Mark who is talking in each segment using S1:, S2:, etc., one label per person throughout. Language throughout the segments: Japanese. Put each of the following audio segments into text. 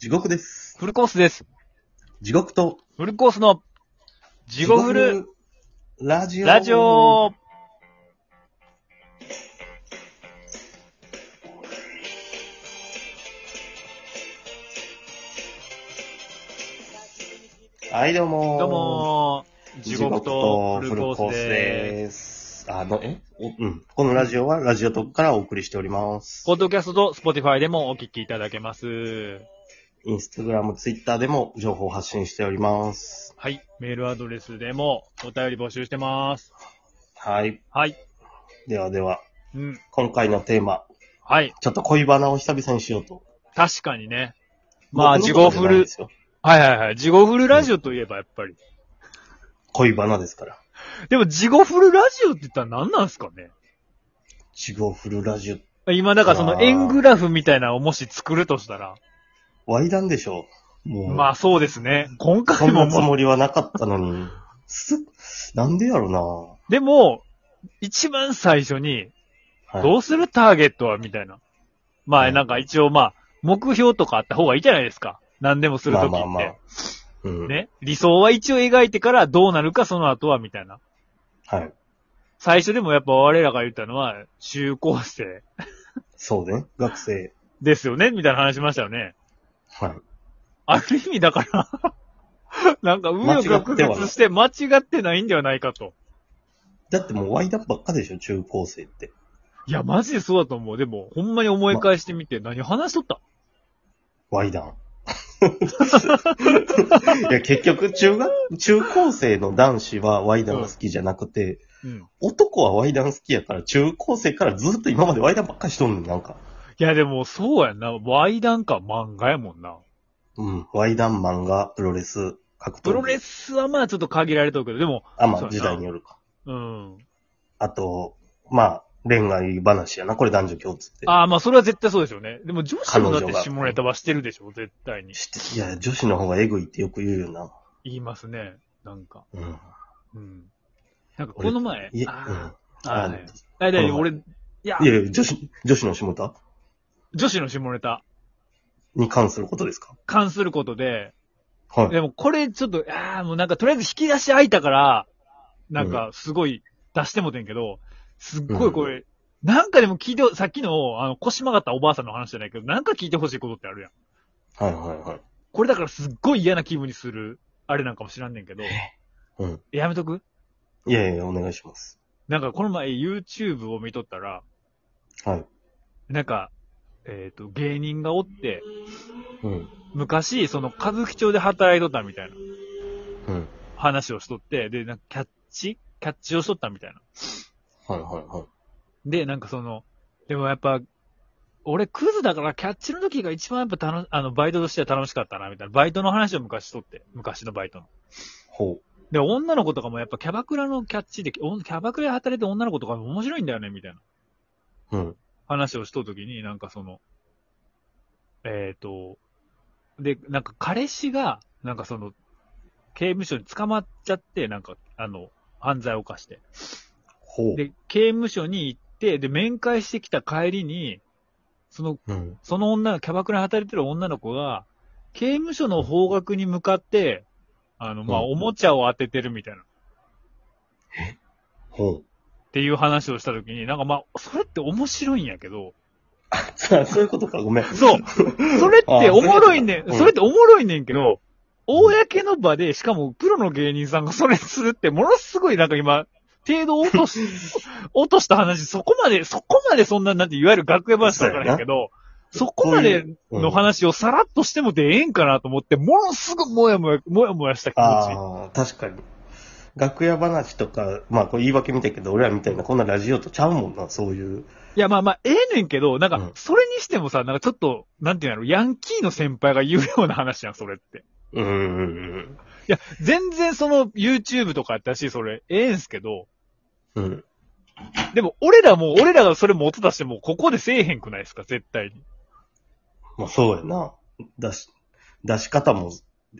S1: 地獄です。
S2: フルコースです。
S1: 地獄と、
S2: フルコースの、地獄フル
S1: ラジオ。
S2: ラジオ
S1: はい、どうもー
S2: どうもー、地
S1: 地
S2: 獄
S1: 獄
S2: と
S1: と
S2: フ
S1: フ
S2: ル
S1: ル
S2: コ
S1: コ
S2: ー
S1: ー
S2: ス
S1: ス
S2: でーす。
S1: です。あの、えおうん。このラジオは、ラジオトークからお送りしております。
S2: ポッドキャストとスポティファイでもお聞きいただけます。
S1: インスタグラム、ツイッターでも情報発信しております。
S2: はい。メールアドレスでもお便り募集してます。
S1: はい。
S2: はい。
S1: ではでは、
S2: うん。
S1: 今回のテーマ、
S2: はい。
S1: ちょっと恋バナを久々にしようと。
S2: 確かにね。まあ、
S1: 僕
S2: 地
S1: のこ
S2: 獄
S1: と
S2: フ
S1: じゃない
S2: ル
S1: で、すよ
S2: はいはいはい。地獄フルラジオといえばやっぱり。
S1: 恋バナですから。
S2: でも、地獄フルラジオって言ったら何なんすかね
S1: 地獄フルラジオ、
S2: 今、だからその円グラフみたいなのをもし作るとしたら。
S1: ワイダンでしょもう。
S2: まあ、そうですね。
S1: そ
S2: 今回
S1: ん
S2: も
S1: なつ
S2: もう
S1: もりはなかったのに。す、なんでやろな
S2: でも、一番最初に、
S1: はい
S2: どうするターゲットはみたいな。ま
S1: は
S2: あ、
S1: い
S2: なんか一応まあ、目標とかあった方がいいじゃないですか。何でもするときって。
S1: まあまあまあ。うん。
S2: ね。理想は一応描いてからどうなるかその後はみたいな。
S1: はい。
S2: 最初でもやっぱ我らが言ったのは、中高生
S1: そうね。学生。
S2: ですよねみたいな話しましたよね。
S1: はい。
S2: ある意味だから、なんか、うよ
S1: 間違
S2: 曲
S1: ってはな
S2: 折
S1: い
S2: して間違ってないんではないかと。
S1: だってもうワイダンばっかでしょ中高生って。
S2: いや、マジでそうだと思う。でも、ほんまに思い返してみて、何話しとった
S1: ワイダン。 いや、結局、中学、中高生の男子はワイダンが好きじゃなくて、
S2: うん。
S1: 男はワイダン好きやから、中高生からずっと今までワイダンばっかりしとんねん、なんか。
S2: いや、でも、そうやんな。ワイダンか漫画やもんな。
S1: うん。ワイダン漫画、プロレス、格闘技。
S2: プロレ
S1: ス
S2: スはまあちょっと限られとるけど、でも、
S1: あ、ま
S2: そう
S1: あ、
S2: やな
S1: 時代によるか。
S2: うん。
S1: あと、まあ、恋愛話やな。これ男女共通って。
S2: ああ、まあそれは絶対そうですよね。でも女子もだっ
S1: 彼女
S2: て
S1: が
S2: 下ネタはしてるでしょ、絶対に。
S1: していや、女子の方がエグいってよく言うよな。
S2: 言いますね。なんか。
S1: うん。
S2: うん。なんかこの前、
S1: いや、
S2: あ
S1: う
S2: ー
S1: ん。
S2: あー、
S1: あ
S2: ね、あだい
S1: この前
S2: 俺、いや
S1: い、やいや、女子、女子の下田
S2: 女子の下ネタ
S1: に関することですか
S2: 関することで、
S1: はい。
S2: でもこれちょっと、ああ、もうなんかとりあえず引き出し開いたから、なんかすごい出してもてんけど、すっごいこれ、なんかでも聞いて、さっきの、あの、腰曲がったおばあさんの話じゃないけど、なんか聞いてほしいことってあるやん。
S1: はいはいはい。
S2: これだからすっごい嫌な気分にする、あれなんかも知らんねんけど、
S1: うん。
S2: やめとく
S1: いやいや、お願いします。
S2: なんかこの前 YouTube を見とったら、
S1: はい。
S2: なんか、えっ、と、芸人がおって、
S1: うん。
S2: 昔、その、歌舞伎町で働いとったみたいな
S1: うん。
S2: 話をしとって、で、なんかキャッチキャッチをしとったみたいな。
S1: はいはいはい。
S2: で、なんかその、でもやっぱ、俺クズだからキャッチの時が一番やっぱ楽し、あの、バイトとしては楽しかったな、みたいな。バイトの話を昔しとって、昔のバイトの。
S1: ほ
S2: で、女の子とかもやっぱキャバクラのキャッチで、おキャバクラで働いて女の子とかも面白いんだよね、みたいな
S1: う。うん。
S2: 話をしとるときに、なんかその、えっ、と、で、なんか彼氏が、なんかその、刑務所に捕まっちゃって、なんか、あの、犯罪を犯して。
S1: ほう。
S2: で、刑務所に行って、で、面会してきた帰りに、その、
S1: うん。
S2: その女の、キャバクラで働いてる女の子が、刑務所の方角に向かって、あの、まあ、
S1: うん
S2: おもちゃを当ててるみたいな。
S1: ほう。
S2: っていう話をしたときに、なんかまあ、それって面白いんやけど、
S1: そうそういうことか、ごめん。
S2: そう。 それっておもろいねん、
S1: あ
S2: それっておもろいねんけど、公の場で、しかもプロの芸人さんがそれするって、ものすごいなんか今、程度を落と し、落とした話、そこまで、そこまでそんな、なんて、いわゆる楽屋話だからやけど、そこまでの話をさらっとしてもでええんかなと思って、ものすごいもやもや、もやもやした気持
S1: ああ、確かに。楽屋話とか、まあこれ言い訳見たけど、俺らみたいな、こんなラジオとちゃうもんな、そういう。
S2: ち。いや、まあまあ、ええねんけど、なん
S1: う
S2: か
S1: ん、
S2: それにしてもさ、なんかちょっと、なんていうんやろ、ヤンキーの先輩が言うような話やん、それって。
S1: うんうん
S2: いや、全然その YouTube とかやったし、それ、ええんすけど、
S1: うん。うん。
S2: でも俺らも、俺らがそれ持ってたしても、ここでせえへんくないですか、絶対に。
S1: まあそうやな。出し、出し方も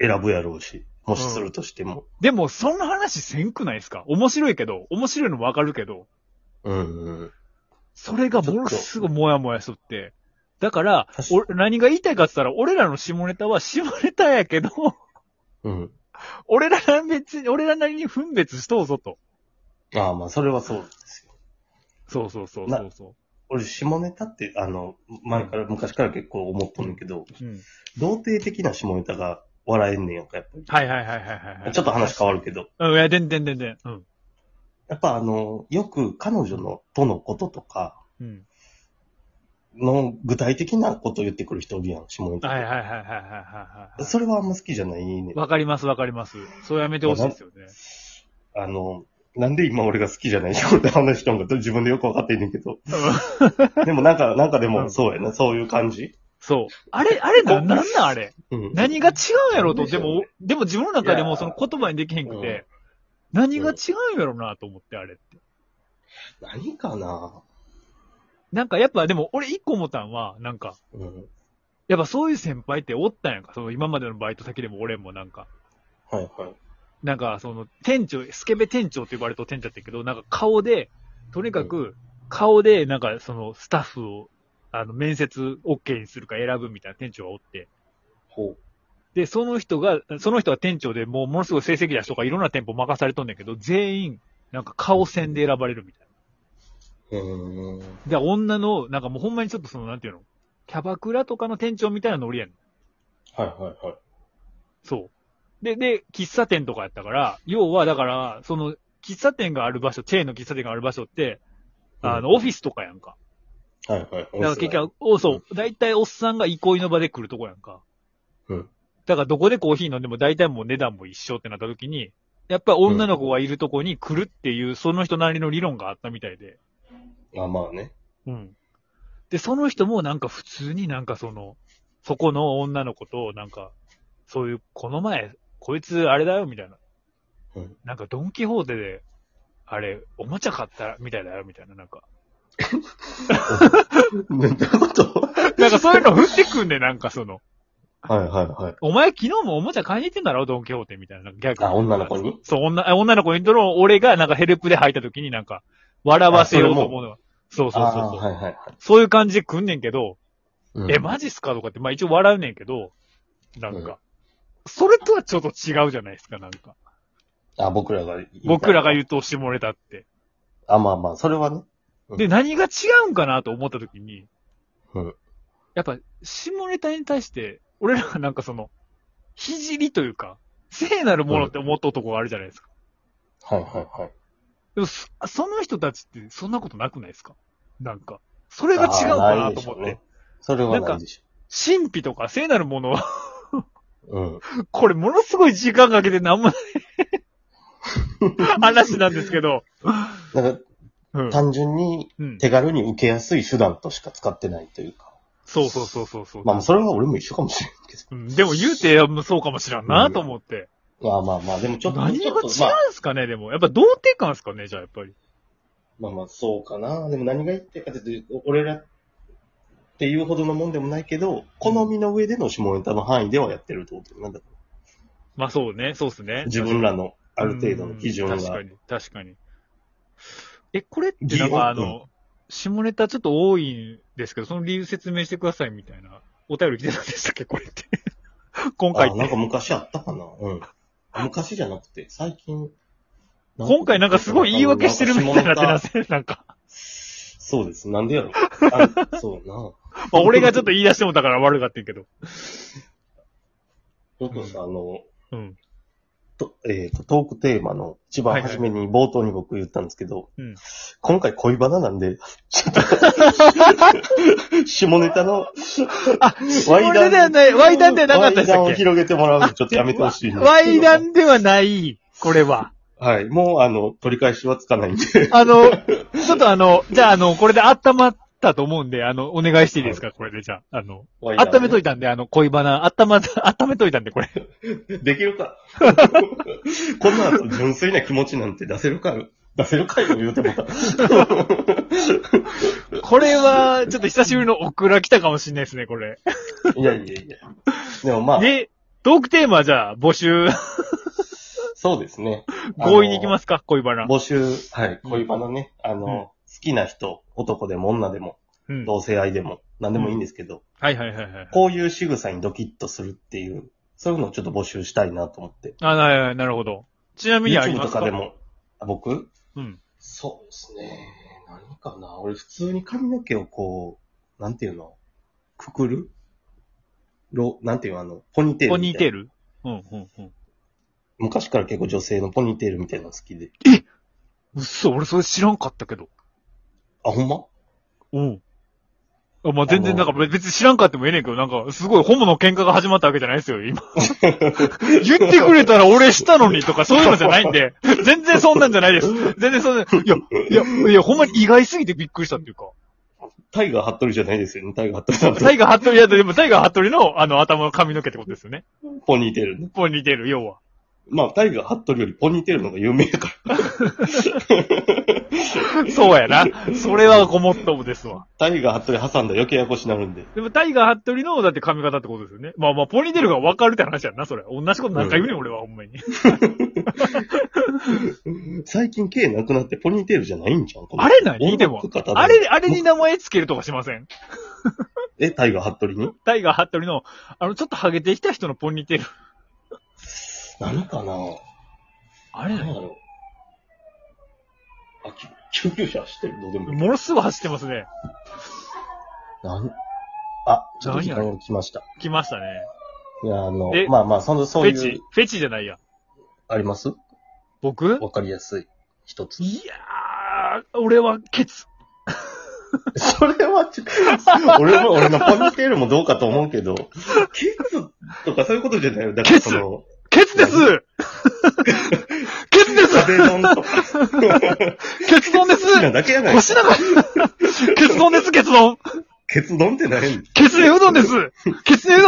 S1: 選ぶやろうし、もしするとしても。
S2: でも、そんな話せんくないですか面白いけど、面白いのわかるけど、
S1: うん、うん。
S2: それがものすごいモヤモヤしとって、だから、
S1: 確かに
S2: 俺、何が言いたいかって言ったら、俺らの下ネタは下ネタやけど、
S1: うん。
S2: 俺らな別に、俺らなりに分別しとうぞと。
S1: ああ、まあ、それはそうなんですよ。
S2: そうそうそう
S1: な
S2: そうそ
S1: 俺、下ネタって、あの、前から、昔から結構思っとんねんけど、
S2: う。うん。
S1: 童貞的な下ネタが笑えんねんやんか、やっぱり。
S2: はいはいはいはいはい。
S1: ちょっと話変わるけど、
S2: うん、いや、でんでんでんでん。うん。
S1: やっぱあの、よく彼女の、とのこととか、
S2: うん。
S1: の具体的なことを言ってくる人おるやん、下ネタ。
S2: はいはいはいはいはいはいは
S1: それはあんま好きじゃないね
S2: い。。わかりますわかります。そうやめてほしいですよね。
S1: あの、なんで今俺が好きじゃない仕事話しとんかと自分でよくわかってんねんけど。
S2: うん
S1: でもなんか、なんかで
S2: う
S1: も
S2: ん
S1: そうやな、そういう感じ。
S2: そう。あれ、あれな、なんなんあれ。
S1: うん。
S2: 何が違うんやろと、
S1: なんでし
S2: で
S1: ょうね
S2: も、でも自分の中で
S1: いや
S2: も
S1: ー
S2: その言葉にできへんくて、何が違うんやろなと思って、あれって。
S1: 何かな
S2: なんかやっぱでも俺一個思ったんは、なんか、
S1: うん。
S2: やっぱそういう先輩っておったんやんか、その今までのバイト先でも俺もなんか、
S1: はいはい。
S2: なんかその店長、スケベ店長って呼ばれた店長だったけど、なんか顔で、とにかく顔でなんかそのスタッフを、あの面接 OK にするか選ぶみたいな店長がおって、
S1: ほ
S2: で、その人が、その人は店長でもうものすごい成績出しとかいろんな店舗任されとんねんけど、全員、なんか顔戦で選ばれるみたいな。
S1: う。うーん。
S2: で、女の、なんかもうほんまにちょっとその、なんていうの、キャバクラとかの店長みたいなノリやねん。
S1: はいはいはい。
S2: そう。で、で、喫茶店とかやったから、要はだから、その、喫茶店がある場所、チェーンの喫茶店がある場所って、あの、
S1: うん
S2: オフィスとかやんか。
S1: はいはい。
S2: だから結局、おそう、大体おっさんが憩いの場で来るとこやんか。
S1: うん。
S2: だからどこでコーヒー飲んでも大体もう値段も一緒ってなった時に、やっぱり女の子がいるとこに来るっていう、その人なりの理論があったみたいで。
S1: まあまあね。
S2: うん。で、その人もなんか普通になんかその、そこの女の子となんか、そういう、この前、こいつあれだよみたいな。
S1: うん
S2: なんかドンキホーテで、あれ、おもちゃ買ったみたいだよみたいな、な んか。
S1: どういうこと
S2: なんかそういうの降ってくんで、なんかその、
S1: はいはいはい。
S2: お前昨日もおもちゃ買いに行ってんだろドンキホーテみたいな。なんか逆に
S1: あ、女の子に
S2: そう、女、あ女の子にとの俺がなんかヘルプで入った時になんか、笑わせようと思うのが。そうそうそう
S1: あ
S2: そう、
S1: ーはいはいはい
S2: そういう感じで来んねんけど、
S1: うん。
S2: え、マジっすかとかって、まあ一応笑うねんけど、なんか、それとはちょっと違うじゃないですか、なんか。
S1: あ、僕らが言いたい
S2: 僕らが言うと下ネタって。
S1: あ、まあまあ、それはね。うん
S2: で、何が違うんかなと思った時に、
S1: うん
S2: やっぱ、下ネタに対して、俺らがなんかその、ひじりというか、聖なるものって思っとうとこがあるじゃないですか。
S1: はいはいはい。
S2: でもそ、その人たちってそんなことなくないですかなんか。それが違うか
S1: あー
S2: ないと
S1: でしょ
S2: 思っ
S1: う
S2: て。
S1: ね。それはないでし
S2: 神秘とか聖なるものは、
S1: ょ。うん。
S2: これものすごい時間かけてなんもない 話なんですけど。
S1: なんか、
S2: うん。
S1: 単純に
S2: うん、
S1: 手軽に受けやすい手段としか使ってないというか。
S2: そうそうそうそうそう、
S1: まあ、それは俺も一緒かもしれんけ
S2: うんでも言うてもうそうかもしらんなと思って。
S1: ど。まあまあまあ、でもちょっと、
S2: 何
S1: ち
S2: が違
S1: ょっ
S2: うん
S1: と
S2: す
S1: まあ、
S2: かね、でも。やっぱ童貞感ですかね、じゃあやっぱり。
S1: まあまあ、そうかな。でも何が言ってるかというと、俺らっていうほどのもんでもないけど、好みの上での下ネタの範囲ではやってるってことなんだ。
S2: まあそうね、そうっすね。
S1: 自分らのある程度の基準
S2: う
S1: が。
S2: ん確か
S1: は
S2: に、確かに。え、これってなんかあ
S1: 擬音
S2: の、下ネタちょっと多いんですけど、その理由説明してくださいみたいな。お便り来てたんでしたっけこれって。 今回
S1: あ、
S2: っ
S1: なん
S2: て。
S1: か昔あったかな。うん。昔じゃなくて、最近。
S2: 今回なんかすごい言い訳してるみたいになってなせ、なんか。
S1: そうです。なんでやろ。あそうな。
S2: まあ俺がちょっと言い出してもだから悪かったけど。
S1: よくさ、あの、
S2: うん。
S1: とえっ、と、トークテーマの一番初めに冒頭に僕言ったんですけど、
S2: うん。
S1: 今回恋バナなんで、ちょっ と、下ネタの、
S2: あ、
S1: ワイ
S2: 下ネタではない、ワイダンではなかったでし
S1: ワイ
S2: た
S1: ダン
S2: っ
S1: を
S2: け
S1: 広げてもらうのちょっとやめてほしい、
S2: ワイダ
S1: ン
S2: ンではない、これは。
S1: はい。もう、あの、取り返しはつかないんで。
S2: あの、ちょっとあの、じゃああの、これで温まったと思うんで、あの、お願いしていいですか、これでじゃあ。あの、温めと
S1: い
S2: いたんで、あの、恋バナ、温ま、温めといたんで、これ。
S1: て。できる か。この後、純粋な気持ちなんて出せるか、出せるかよ、 言うてもた。
S2: これは、ちょっと久しぶりのオクラ来たかもしんないですね、これ。
S1: いやいやいや。でもまあ、
S2: で、トークテーマじゃあ、募 集、
S1: そうですね。。
S2: 強引に行きますすか、恋バナ。
S1: 募集、はい、恋バナね。あの、好きな人、男でも女でも、
S2: うん。
S1: 同性愛でも、何でもいいんですけど、
S2: はいはいはいはい。
S1: こういう仕草にドキッとするっていう、そういうのをちょっと募集したいなと思って。
S2: あ、なななるほど。ちなみにあり
S1: YouTube
S2: ま
S1: と
S2: すか
S1: かでも、あ僕
S2: うん。
S1: そうですね。何かな俺普通に髪の毛をこう、なんていうのくくるロ、なんていうのあの、ポニーテール
S2: ポ
S1: みたいな。
S2: ニーテールうんうんうん。
S1: 昔から結構女性のポニーテールみたいなの好きで。
S2: うっそ、俺それ知らんかったけど。
S1: あ、ほんま
S2: うん。あまあ、全然、なんか別に知らんかってもええねんけど、なんか、すごいホモの喧嘩が始まったわけじゃないですよ、今。 言ってくれたら俺したのにと か、そういうのじゃないんで、全然そんなんじゃないです。全然そん な、いや、いや、いや、ほんまに意外すぎてびっくりしたっていうか。
S1: タイガー・ハットリじゃないですよね。タイガー・ハットリさんと
S2: タイガーハットリ、いや、でもタイガーハットリの、あの、頭の髪の毛ってことですよね。
S1: ポニーテールね。
S2: ポニーテール、要は。
S1: まあ、タイガー・ハットリよりポニーテールの方が有名だから。
S2: そうやな。それはごもっともですわ。
S1: タイガー・ハットリ挟んだら余計ややこしになるんで。
S2: でも、タイガー・ハットリの、だって髪型ってことですよね。まあまあ、ポニーテールが分かるって話やんな、それ。同じこと何回言うねん、俺は、ほんまに。
S1: 最近毛なくなってポニーテールじゃないんじゃん
S2: あれ何でも。あれ、あれに
S1: に
S2: 名前つけるとかしません
S1: え、タイガー・ハットリに
S2: タイガー・ハットリの、あの、ちょっとハゲてきた人のポニーテール。
S1: 何かな
S2: あれ
S1: 何やろうあ、き救急車走ってるどうでもいい。
S2: ものすごい走ってますね。
S1: 何あ、ちょっと時間が来ました。
S2: 来ましたね。
S1: いや、あの
S2: え、
S1: まあまあ、その、
S2: フ
S1: そう
S2: ェ
S1: い
S2: チ
S1: う、。
S2: フェチじゃないや。
S1: あります
S2: 僕
S1: わかりやすい。一つ。
S2: いやー、俺はケツ。
S1: それはちょ、 俺も、俺のポニーテールもどうかと思うけど、ケツとかそういうことじゃないよ。だからその、
S2: ケツです ケツです
S1: 壁ドンとか、
S2: ケツ丼です
S1: 好きなだけや ない。
S2: 腰長い ケツ丼です、ケツ丼
S1: ケツドンってないん
S2: ケツネうどんですケツネうどん